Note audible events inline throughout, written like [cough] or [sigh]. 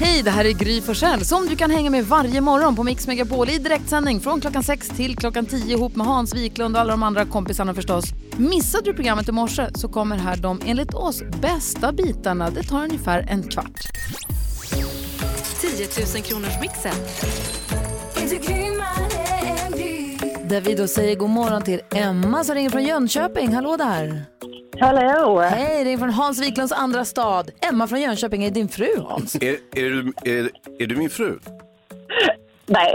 Hej, det här är Gry Forssell som du kan hänga med varje morgon på Mix Megapol i direktsändning från klockan 6 till klockan 10 ihop med Hans Wiklund och alla de andra kompisarna förstås. Missade du programmet i morse så kommer här de enligt oss bästa bitarna. Det tar ungefär en kvart. 10 000 kronors mixen. Där vi då säger god morgon till Emma som ringer från Jönköping. Hallå där! Hallå! Hej, ringer från Hans Wiklunds andra stad. Emma från Jönköping är din fru Hans. Är, är, du, är, är du min fru? Nej,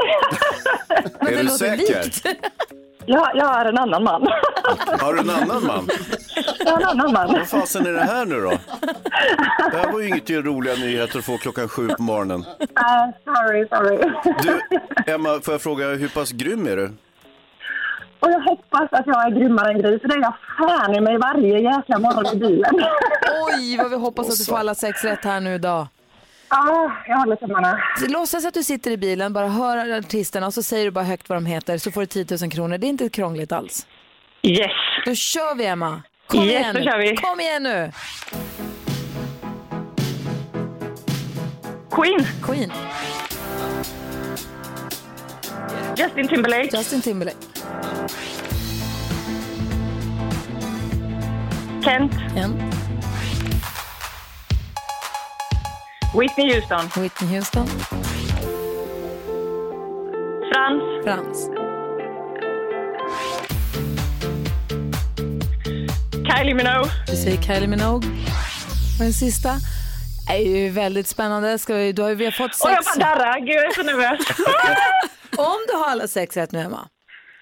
är det du låter [laughs] säker? likt. jag, jag är en annan man. Har du en annan man? Jag är en annan man. Vad fasen är det här nu då? Det här var ju inget roliga nyheter att få klockan sju på morgonen. Uh, sorry, sorry. Du, Emma, får jag fråga, hur pass grym är du? Och jag hoppas att jag är grymmare än Gry, för det är jag fan i mig varje jäkla morgon i bilen. Oj, vad vi hoppas att du får alla sex rätt här nu idag. Ja, jag håller tummarna. Låtsas att du sitter i bilen, bara hör artisterna och så säger du bara högt vad de heter så får du 10 000 kronor. Det är inte krångligt alls. Yes! Då kör vi Emma! Kom Yes, igen då nu. kör vi. Kom igen nu! Queen, Queen, Justin Timberlake, Justin Timberlake, Kent, en, Whitney Houston, Whitney Houston, Frans, Frans, Kylie Minogue. vi säger Kylie Minogue. Och den sista är ju väldigt spännande. Ska vi, du har, ju- vi har fått Och jag sex. bara darrar, gud jag är så nervös. Om du har alla sex rätt nu Emma.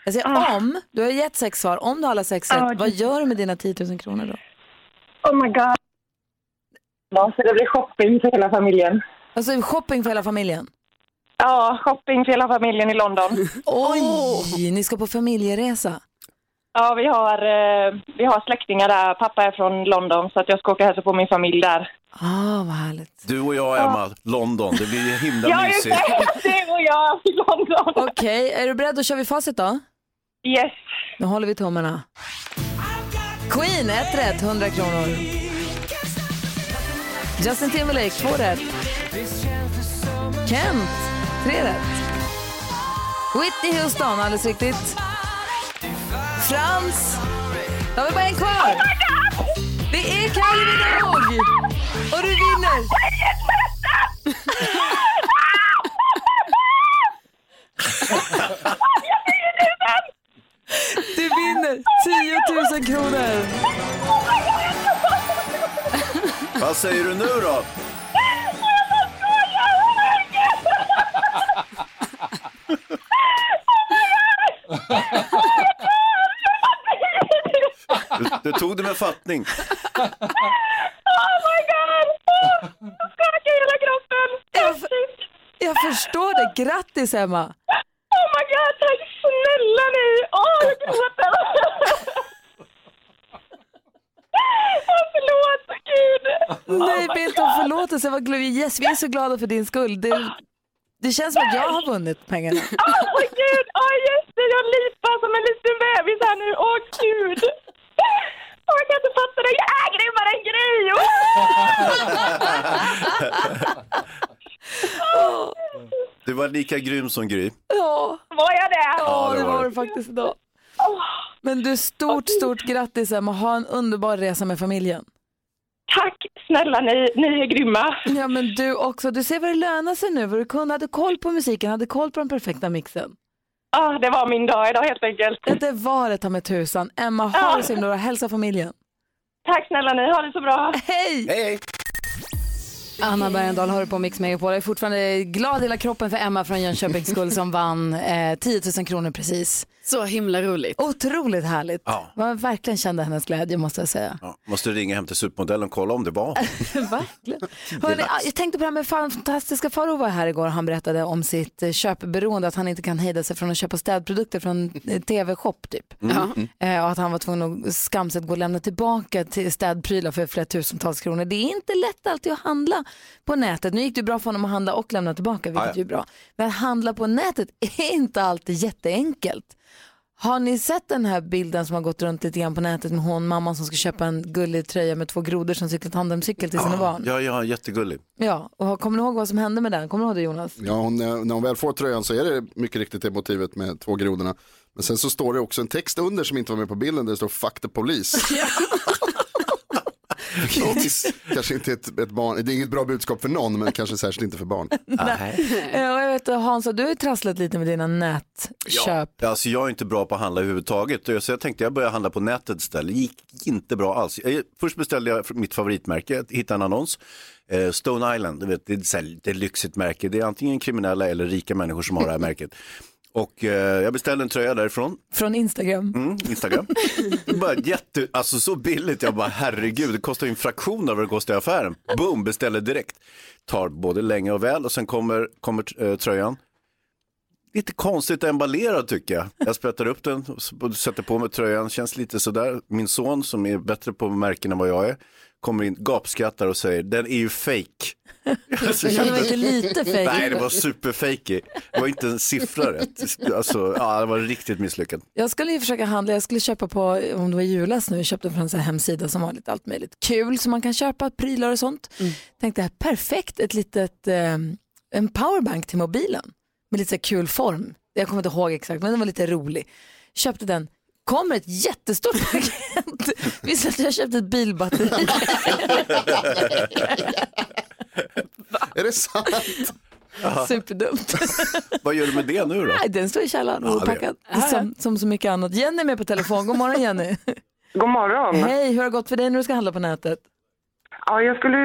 Jag säger om, du har gett sex svar. Om du har alla sex rätt, Ah, vad gör du med dina 10 000 kronor då? Oh my god. Ja, Så det blir shopping för hela familjen. Alltså shopping för hela familjen. [laughs] Ja, shopping för hela familjen i London. Oj! Ni ska på familjeresa. Ja, vi har, eh, vi har släktingar där. Pappa är från London så att jag ska åka och hälsa på min familj där. Ah, vad härligt. Du och jag, Emma, London, det blir ju himla Ja, just mysigt. det! [laughs] Du och jag i London. Okej, är du beredd? Då kör vi facit då. Yes. Nu håller vi tummarna. Queen, ett rätt, 100 kronor. Justin Timberlake, två rätt. Kent, tre rätt. Whitney Houston, alldeles riktigt. Frans, då har vi bara en kvar. Det är Kylie Minogue! Och du vinner! Du vinner 10 000 kronor! Vad säger du nu då? Du, du tog det med fattning. Oh my god! Åh, Jag skakar i hela kroppen. Jag förstår det. Grattis, Emma! Oh my god, tack snälla ni! Åh, jag [laughs] gråter! Åh, Förlåt, gud! Nej, be inte om förlåtelse. Vad glad- yes, vi är så glada för din skull. Det, det känns som att jag har vunnit pengarna. Åh, gud! Åh, just det! Jag lipar som en liten bebis här nu. Åh, gud! Åh, jag kan inte fatta det. Jag är grymmare än Gry! Du var lika grym som Gry. Ja, Var jag det? ja det det var var det. det faktiskt idag. Men du, stort, stort grattis Emma. Ha en underbar resa med familjen. Tack snälla ni, ni är grymma. Ja, men du också. Du ser vad det lönar sig nu. Vad du kunde, hade koll på musiken, hade koll på den perfekta mixen. Ah, det var min dag idag helt enkelt. Ja, Det var det ta mig tusan. Emma, ha det så himla bra. Hälsa familjen. Tack snälla ni, ha det så bra. Hej! Hej, hej. Anna Bergendahl hör på Mix Megapol. Jag är fortfarande glad i hela kroppen för Emma från Jönköpings skull som vann eh, 10 000 kronor precis. Så himla roligt. Otroligt härligt. Ja. Man verkligen kände hennes glädje måste jag säga. Ja, måste ringa hem till supermodellen och kolla om det var [laughs] verkligen. Hörrni, ah, jag tänkte på det här med fan- fantastiska Farao var här igår och han berättade om sitt eh, köpberoende, att han inte kan hejda sig från att köpa städprodukter från eh, tv-shop typ. Eh, och att han var tvungen att skamset gå och lämna tillbaka till städprylar för flera tusentals kronor. Det är inte lätt alltid att handla på nätet. Nu gick det ju bra för honom att handla och lämna tillbaka, vilket Ah, ja. ju är bra. Men att handla på nätet är inte alltid jätteenkelt. Har ni sett den här bilden som har gått runt lite grann på nätet med hon, mamman som ska köpa en gullig tröja med två grodor som cyklar tandemcykel till sina barn? Ja, ja, jättegullig. Ja, och kommer ni ihåg vad som hände med den? Kommer du ihåg det Jonas? Ja, hon, eh, när hon väl får tröjan så är det mycket riktigt det motivet med två grodorna. Men sen så står det också en text under som inte var med på bilden där det står fuck the police. Vilket kanske inte är ett, ett barn, det är inget bra budskap för någon men kanske särskilt inte för barn. Eh, Och jag vet att Hans, du har ju trasslat lite med dina nätköp. Alltså jag är inte bra på att handla överhuvudtaget. Så jag tänkte jag börjar handla på nätet istället. Det gick inte bra alls. Jag, först beställde jag mitt favoritmärke, jag hittade en annons. Eh, Stone Island, du vet, det, är så här, det är ett lyxigt märke. Det är antingen kriminella eller rika människor som har det här märket. Och eh, jag beställde en tröja därifrån, Från Instagram. mm, [laughs] Instagram. Det var jätte, alltså så billigt, jag bara herregud, det kostar ju en fraktion av vad det kostar i affären. Boom, beställer direkt. Tar både länge och väl och sen kommer, kommer eh, tröjan. Lite konstigt emballerad tycker jag. Jag sprättar upp den och s- och sätter på mig tröjan, känns lite sådär. Min son som är bättre på märken än vad jag är, kommer in, gapskrattar och säger den är [laughs] ju fake. Alltså, Det var inte lite Nej, fejk. det var superfejkig. Det var inte en siffra rätt. Alltså, ja, det var riktigt misslyckat. Jag skulle ju försöka handla, jag skulle köpa på, om det var i julas nu, jag köpte från en sån här hemsida som har lite allt möjligt kul som man kan köpa, prylar och sånt. Mm. Tänkte här, perfekt, ett litet, eh, en powerbank till mobilen med lite så här kul form. Jag kommer inte ihåg exakt, men den var lite rolig. Köpte den, kommer ett jättestort [laughs] paket. Visst att jag köpte ett [laughs] bilbatteri. Är det sant? Superdumt. Vad gör du med det nu då? Nej, den står i källaren Ja, det- opackad. Som, som så mycket annat. Jenny är med på telefon. God morgon [laughs] Jenny. God morgon. Hej, hur har det gått för dig när du ska handla på nätet? Ja, jag skulle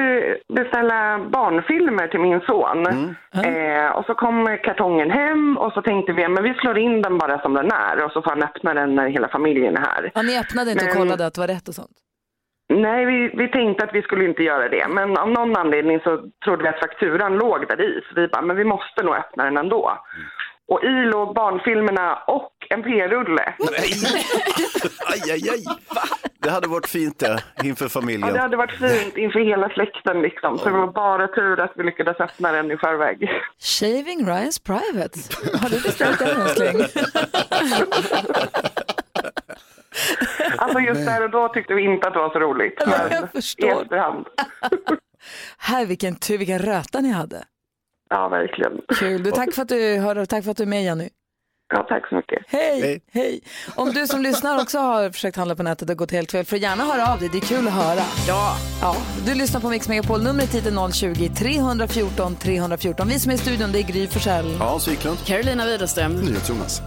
beställa barnfilmer till min son. Mm. Eh, och så kom kartongen hem och så tänkte vi men vi slår in den bara som den är och så får han öppna den när hela familjen är här. Ja, ni öppnade inte och Men- kollade att det var rätt och sånt? Nej, vi, vi tänkte att vi skulle inte göra det men av någon anledning så trodde vi att fakturan låg där i så vi bara, men vi måste nog öppna den ändå. Och i låg barnfilmerna och en p-rulle. Nej! [laughs] Aj, aj, aj. Det hade varit fint det, inför Ja, det familjen. hade varit fint inför hela släkten liksom så det var bara tur att vi lyckades öppna den i förväg. Shaving Ryan's [laughs] Private. Har du beställt den älskling? [laughs] Alltså just där och då tyckte vi inte att det var så roligt. Nej, men jag förstår. I efterhand. Här, vilken tur, vilken röta ni hade. Ja, verkligen. Kul. Du, tack, för att du hörde, och tack för att du är med Jenny. Ja, tack så mycket. Hej, hej. Hej. Om du som lyssnar också har försökt handla på nätet och gått helt fel, får du gärna höra av dig. Det är kul att höra. Ja. ja. Du lyssnar på Mix Megapol. Numret hit är 020-314 314. Vi som är i studion, det är Gry Forssell. Hans Wiklund. Carolina Widerström. Jonas.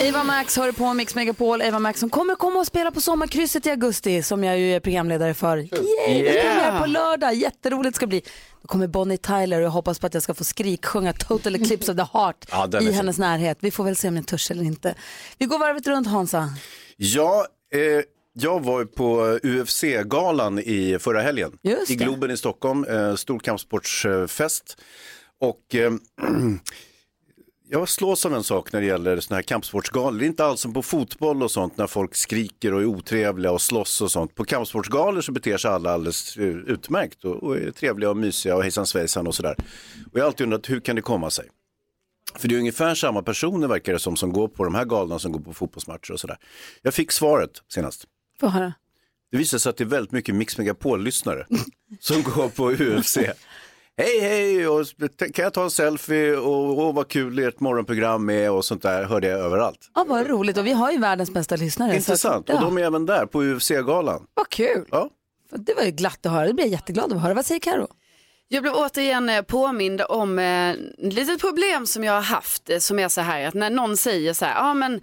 Eva Max hör på Mix Megapol. Eva Max som kommer komma och spela på Sommarkrysset i augusti som jag ju är programledare för. Yay! Det är premiär på lördag. Jätteroligt ska det bli. Då kommer Bonnie Tyler och jag hoppas på att jag ska få skriksjunga Total Eclipse of the Heart [laughs] Ja, den är i fin. hennes närhet. Vi får väl se om ni törs eller inte. Vi går varvet runt Hansa. Ja, eh, jag var ju på UFC-galan i förra helgen. Just I det. Globen i Stockholm, eh, stor kampsportsfest. Och eh, [clears throat] jag slås av en sak när det gäller såna här kampsportsgalor. Det är inte alls som på fotboll och sånt när folk skriker och är otrevliga och slåss och sånt. På kampsportsgalor så beter sig alla alldeles eh, utmärkt och, och är trevliga och mysiga och hejsan svejsan och sådär. Och jag har alltid undrat hur kan det komma sig? För det är ungefär samma personer verkar det som som går på de här galorna som går på fotbollsmatcher och sådär. Jag fick svaret senast. Får jag höra. Det visar sig att det är väldigt mycket Mix Megapol-lyssnare [laughs] som går på UFC. Hej hej, och kan jag ta en selfie och åh vad kul ert morgonprogram är och sånt där hörde jag överallt. Ja, vad roligt. Och vi har ju världens bästa lyssnare. Intressant, Så att, och ja, de är även där på UFC-galan. Vad kul. Ja. Det var ju glatt att höra. Det blir jag jätteglad av att höra. Vad säger Karo? Jag blev återigen eh, påmind om eh, ett litet problem som jag har haft eh, som är så här att när någon säger så här, ja men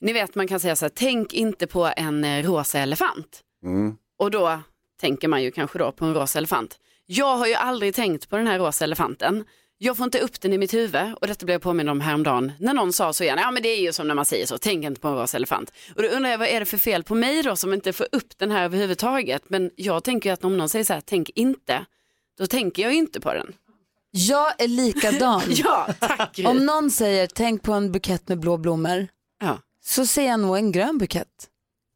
ni vet man kan säga så här, tänk inte på en eh, rosa elefant. Och då tänker man ju kanske då på en rosa elefant. Jag har ju aldrig tänkt på den här rosa elefanten. Jag får inte upp den i mitt huvud och detta blev jag påmind om häromdagen när någon sa så igen, ja men det är ju som när man säger så, tänk inte på en rosa elefant. Och då undrar jag vad är det för fel på mig då som inte får upp den här överhuvudtaget. Men jag tänker ju att om någon säger så här, tänk inte, då tänker jag ju inte på den. Mm. Jag är [laughs] likadan. Ja, tack Gry. Om någon säger tänk på en bukett med blå blommor ja. så ser jag nog en grön bukett.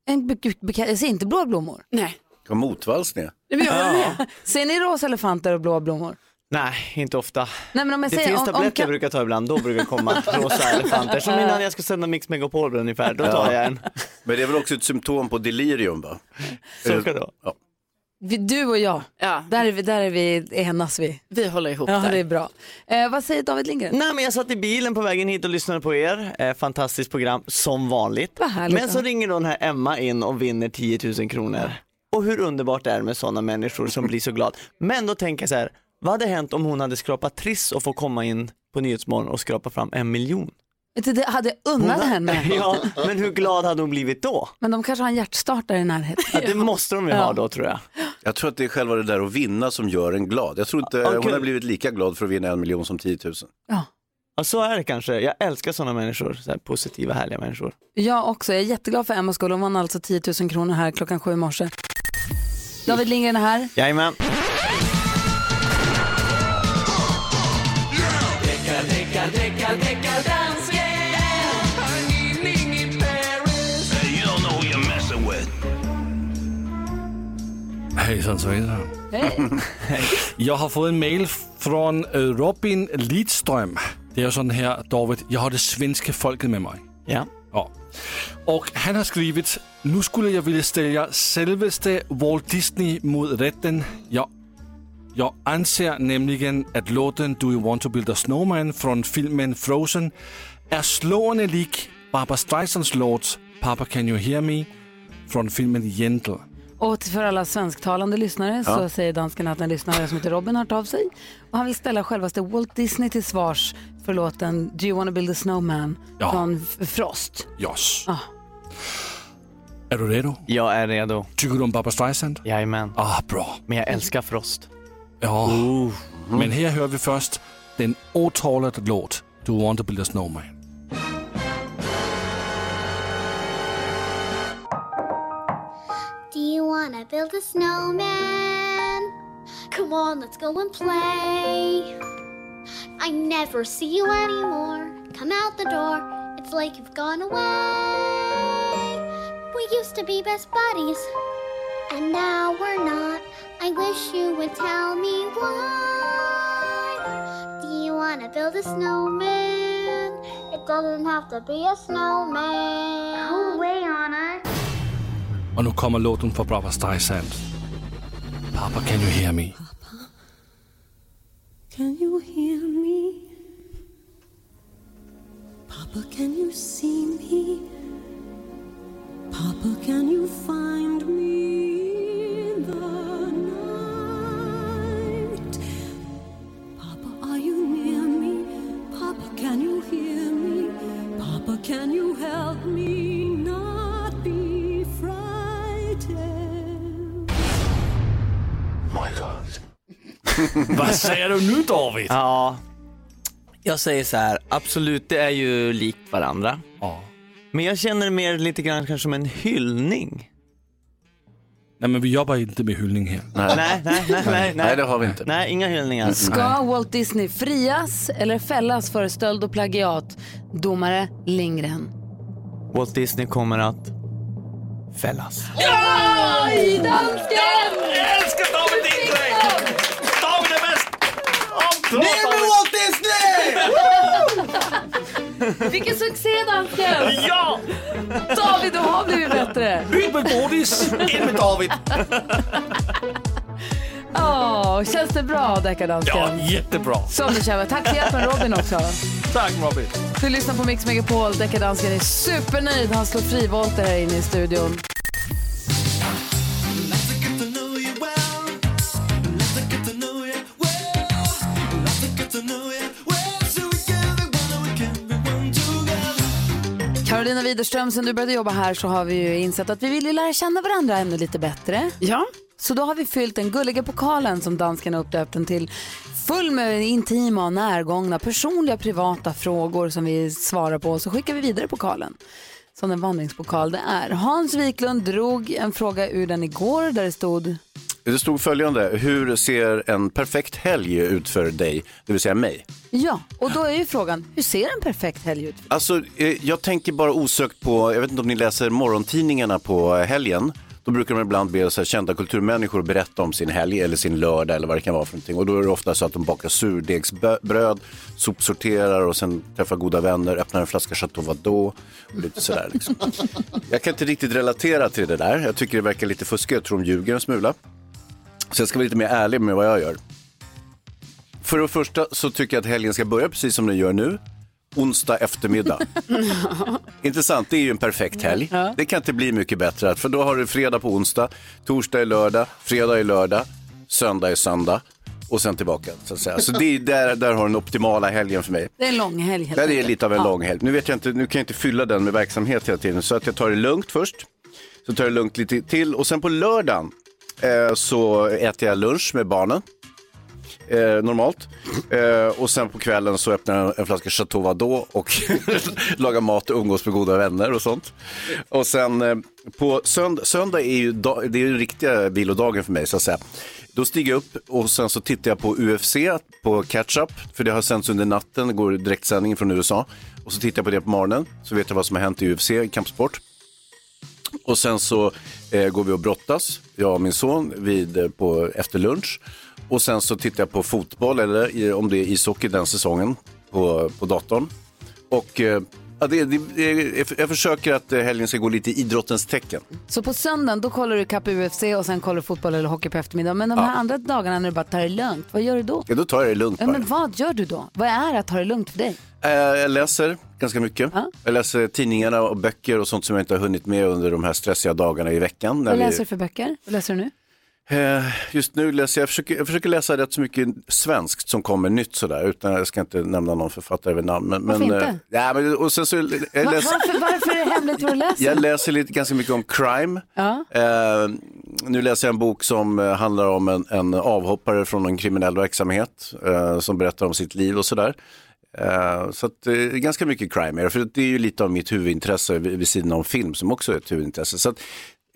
En bu- bu- bukett. Jag ser inte blå blommor. Nej, Vad motvalls ni är. Nej, men jag håller med. Ser ni rosa elefanter och blå blommor? Nej, inte ofta. Nej, men om jag det säger- finns om- om tabletter ka- jag brukar ta ibland, då brukar det [laughs] komma rosa elefanter. Som innan jag ska sända Mix Megapol ungefär, då tar jag en. Men det är väl också ett symptom på delirium va? [laughs] Så ska det vara. Ja. Vi- Du och jag, Ja, där, är vi, där är vi, enas vi. vi håller ihop Ja, där. det är bra. Eh, vad säger David Lindgren? Nej men jag satt i bilen på vägen hit och lyssnade på er, eh, fantastiskt program som vanligt. Vad härligt, men så ja. ringer då den här Emma in och vinner 10 000 kronor. Och hur underbart det är med sådana människor som blir så glad. Men då tänker jag så här, vad hade hänt om hon hade skrapat triss och får komma in på Nyhetsmorgon och skrapa fram en miljon? Det- Det hade jag unnat [laughs] henne. Ja, men hur glad hade hon blivit då? Men de kanske har en hjärtstartare i närheten. Ja, det måste de ju ha då tror jag. Jag tror att det är själva det där att vinna som gör en glad. Jag tror inte Ja, hon kul. har blivit lika glad för att vinna en miljon som 10 000. Ja. Ja, så är det kanske. Jag älskar sådana människor, så här positiva härliga människor. Jag också. Jag är jätteglad för Emmas skull. Hon vann alltså 10 000 kronor här klockan sju i morse. David Lindgren är här. Jajamän. Hejsan svejsan. Jag har fått en mail från eh, Robin Lidström. Det är ju sån här David, jag har det svenska folket med mig. Ja. Ja. Och han har skrivit, nu skulle jag vilja ställa självaste Walt Disney mot rätten. Jag, jag anser nämligen att låten Do You Want To Build A Snowman från filmen Frozen är slående lik Barbra Streisands låt Papa Can You Hear Me från filmen Gentle. Och till- för alla svensktalande lyssnare så säger dansken att en lyssnare som heter Robin har hört av sig. Och han vill ställa självaste Walt Disney till svars för låten Do You Wanna Build A Snowman Ja. från F- Frost. Yes. Ah. Är du redo? Jag är redo. Tycker du om Barbra Streisand? Jajamän. Ah, bra. Men jag älskar Frost. Ja. Men här hör vi först den åtalade låt Do You Want To Build A Snowman. Do you wanna build a snowman? Come on, let's go and play. I never see you anymore. Come out the door, it's like you've gone away. We used to be best buddies, and now we're not. I wish you would tell me why. Do you wanna build a snowman? It doesn't have to be a snowman. Go away, Anna. Och nu kommer låten för Barbra Streisand. Papa Can You Hear Me? Can you hear me? Papa, can you see me? Papa, can you find me in the night? Papa, are you near me? Papa, can you hear me? Papa, can you help me not be frightened? Vad säger du nu David? Ja. Jag säger så här, absolut det är ju likt varandra. Ja. Men jag känner det mer lite grann kanske som en hyllning. Nej men vi jobbar inte med hyllning här. Nej, nej, nej, nej. Nej, det har vi inte. Nej, inga hyllningar. Ska Walt Disney frias eller fällas för stöld och plagiat? Domare Lindgren. Walt Disney kommer att fällas. Oj, dansken! Älskar David Lindgren! David är bäst! Walt Disney! Vilken succé, dansken! Ja! David, du har blivit bättre. Ut med godis, in med David! Åh, känns det bra, deckardansken? Ja, jättebra. Som du känner. Tack för hjälpen, Robin också. Tack Robin. Du lyssnar på Mix Megapol. Deckardansken är supernöjd. Han slog frivolter här inne i studion. Carolina Widerström, sen du började jobba här så har vi ju insett att vi vill ju lära känna varandra ännu lite bättre. Ja, Så då har vi fyllt den gulliga pokalen som dansken har uppdöpt den till full med intima och närgångna personliga privata frågor som vi svarar på och så skickar vi vidare pokalen. Som den vandringspokal det är. Hans Wiklund drog en fråga ur den igår där det stod Det stod följande, hur ser en perfekt helg ut för dig, det vill säga mig? ja, och då är ju frågan hur ser en perfekt helg ut? Alltså, eh, jag tänker bara osökt på, jag vet inte om ni läser morgontidningarna på helgen. Då brukar de ibland be så här, kända kulturmänniskor att berätta om sin helg eller sin lördag eller vad det kan vara för någonting. Och då är det ofta så att de bakar surdegsbröd, sopsorterar och sen träffar goda vänner, öppnar en flaska Chateau Vadot och lite sådär. Liksom. Jag kan inte riktigt relatera till det där. Jag tycker det verkar lite fuskigt. Jag tror de ljuger en smula. Så jag ska vara lite mer ärlig med vad jag gör. För det första så tycker jag att helgen ska börja precis som den gör nu. Onsdag [laughs] eftermiddag. Intressant, det är ju en perfekt helg. Det kan inte bli mycket bättre. För då har du fredag på onsdag, torsdag är lördag, fredag är lördag, söndag är söndag och sen tillbaka. Så, att säga. så det är där, där har du den optimala helgen för mig. Det är en lång helg helt Ja, det är enkelt. lite av en Ja. lång helg. Nu, vet jag inte, nu kan jag inte fylla den med verksamhet hela tiden, så att jag tar det lugnt först. Så tar jag det lugnt lite till och sen på lördagen eh, så äter jag lunch med barnen. Eh, normalt. Eh, och sen på kvällen så öppnar jag en flaska Chateau Vadot och [laughs] lagar mat och umgås med goda vänner och sånt. Och sen eh, på sönd- söndag är ju da- det är ju den riktiga vilodagen för mig så att säga. Då stiger jag upp och sen så tittar jag på UFC på catch-up, för det har sänts under natten, det går direktsändning från USA. Och så tittar jag på det på morgonen, så vet jag vad som har hänt i UFC, i kampsport. Och sen så eh, går vi och brottas, jag och min son, vid, eh, på, efter lunch. Och sen så tittar jag på fotboll, eller i- om det är ishockey den säsongen, på, på datorn. Och eh, ja, det, det, det, jag försöker att eh, helgen ska gå lite i idrottens tecken. Så på söndagen då kollar du kapp UFC och sen kollar du fotboll eller hockey på eftermiddagen. Men de här andra dagarna när du bara tar det lugnt, vad gör du då? Ja, då tar jag det lugnt Ja, bara. men vad gör du då? Vad är att ta det lugnt för dig? Eh, Jag läser ganska mycket. Jag läser tidningarna och böcker och sånt som jag inte har hunnit med under de här stressiga dagarna i veckan. Vad vi- läser du för böcker? Vad läser du nu? Eh, Just nu läser jag, försöker, jag försöker läsa rätt så mycket svenskt som kommer nytt sådär, utan jag ska inte nämna någon författare vid namn. Men, men, Varför eh, inte? Ja, men, och sen så, jag, Va- läser, varför, varför är det hemligt vad du läser? jag läser lite, ganska mycket om crime. Ja. Eh, nu läser jag en bok som eh, handlar om en, en avhoppare från en kriminell verksamhet eh, som berättar om sitt liv och sådär. Eh, så att, eh, ganska mycket crime är det, för det är ju lite av mitt huvudintresse vid, vid sidan om film som också är ett huvudintresse. Så att,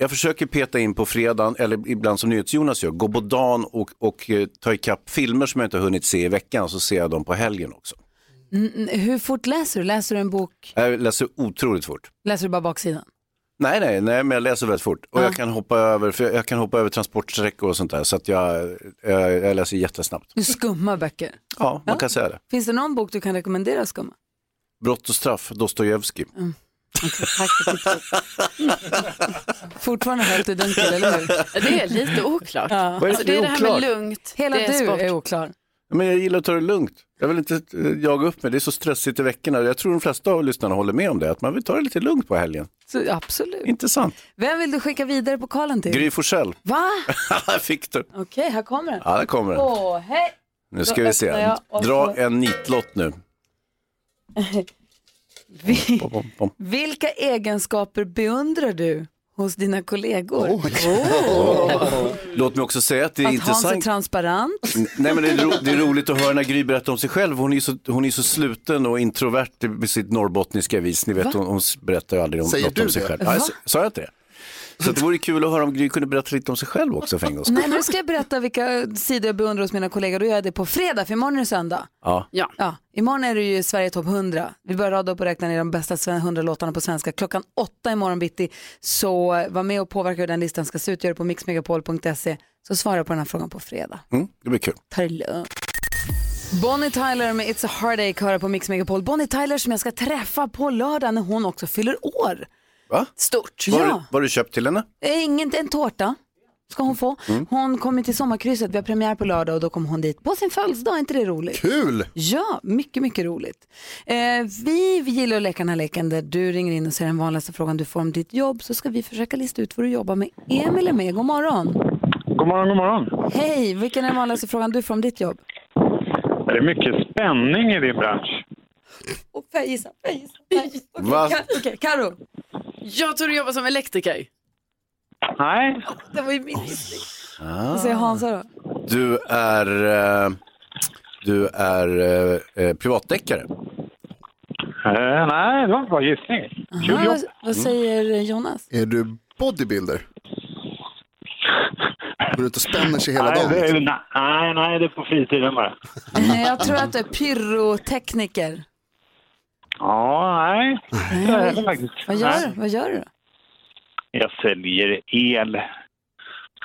jag försöker peta in på fredagen, eller ibland som NyhetsJonas gör, gå på dagen och, och eh, ta ikapp filmer som jag inte har hunnit se i veckan, så ser jag dem på helgen också. Mm, mm, hur fort läser du? Läser du en bok? Jag läser otroligt fort. Läser du bara baksidan? Nej, nej, nej, men jag läser väldigt fort. Och jag, kan hoppa över, för jag, jag kan hoppa över transportsträckor och sånt där. Så att jag, eh, jag, jag läser jättesnabbt. Du skummar böcker. Ja, man kan säga det. Finns det någon bok du kan rekommendera att skumma? Brott och straff, Dostojevskij. Tack för [laughs] tipset. Fortfarande helt i dunkel, eller [laughs] hur? Det är lite oklart. Ja. Vad är det Alltså, för det är det oklart? här med lugnt. Hela det du sport. är oklar. Men jag gillar att ta det lugnt. Jag vill inte eh, jaga upp mig, det är så stressigt i veckorna. Jag tror de flesta av lyssnarna håller med om det, att man vill ta det lite lugnt på helgen. Så, absolut. Intressant. Vem vill du skicka vidare pokalen till? Gry Forssell, [laughs] Va? Där fick du. Okej, här kommer den. Ja, där kommer den. Åh, hej! Nu då ska vi öppnar se. jag och- Dra en nitlott nu. Vi, Pom, pom, pom. vilka egenskaper beundrar du hos dina kollegor? Låt mig också säga att det är Att Hans är intressant. [laughs] transparent? Nej, men det, är ro, det är roligt att höra när Gry berättar om sig själv. Hon är ju så, hon är så sluten och introvert med sitt norrbottniska vis. Ni vet, hon, hon berättar ju aldrig om, Säger något du om sig det? själv. Ja, jag sa- sa jag inte det? Så att det vore kul att höra om Gry kunde berätta lite om sig själv också för en gångs skull. Nej, nu ska jag berätta vilka sidor jag beundrar hos mina kollegor. Då gör jag det på fredag, för imorgon är det söndag. Ja. Ja. Ja, imorgon är det ju Sverige topp 100. Vi börjar rada upp och räkna ner de bästa sven- 100 låtarna på svenska. Klockan åtta imorgon bitti. Så eh, var med och påverka hur den listan ska se ut. Gör det på mixmegapol.se. Så svarar jag på den här frågan på fredag. Mm, det blir kul. Ta det lugnt. Bonnie Tyler med It's a Heartache hör jag på Mix Megapol. Bonnie Tyler som jag ska träffa på lördag när hon också fyller år. Va? Stort. Vad har Ja, du- vad har du köpt till henne? Eh, ingen, en tårta ska hon få. Hon kommer till sommarkrysset, vi har premiär på lördag och då kommer hon dit på sin födelsedag. Är inte det roligt? Kul! Ja, mycket, mycket roligt. Eh, vi, vi gillar att leka den här leken där du ringer in och säger den vanligaste frågan du får om ditt jobb så ska vi försöka lista ut vad du jobbar med. Emil är med, god morgon. God morgon, god morgon. Hej, vilken är den vanligaste frågan du får om ditt jobb? Är det mycket spänning i din bransch? Och får jag gissa? Får jag gissa? Får jag gissa? Okej, Va? Ka- okej, Karo. Jag tror du jobbar som elektriker. Nej, Det var ju min gissning. Vad säger Hansa då? Du är, eh, du är eh, eh, privatdeckare. eh, nej det var en bra gissning. Aha, vad, vad säger Jonas? Är du bodybuilder? Går du ut och spänner sig hela Nej, dagen? det, nej, nej, nej, det är på fritiden bara. Eh, Jag tror att du är pyrotekniker. Ja, nej. Det är det faktiskt. Vad gör Nej. du? Vad gör du? då? Jag säljer el.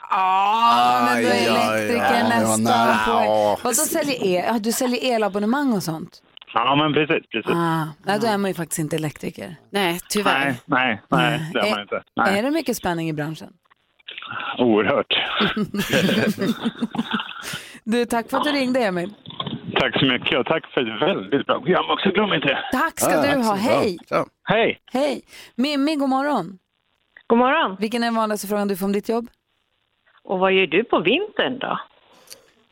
Ah, men då Aj, är aj, elektrikern aj. nästan Ja, på... nej. Vadå säljer el? Ja, du säljer elabonnemang och sånt? Ja, men precis. precis. Ah, nej, då är man ju faktiskt inte elektriker. Nej, Nej, nej, nej, det är man inte. Nej. Är det mycket spänning i branschen? Oerhört. [laughs] Du, tack för att du ringde, Emil. Tack så mycket och tack för ett väldigt bra program också. Glöm inte det. Tack ska du ha. Hej! Hej! Hej! Mimmi, god morgon. God morgon. Vilken är den vanligaste frågan du får om ditt jobb? Och vad gör du på vintern då?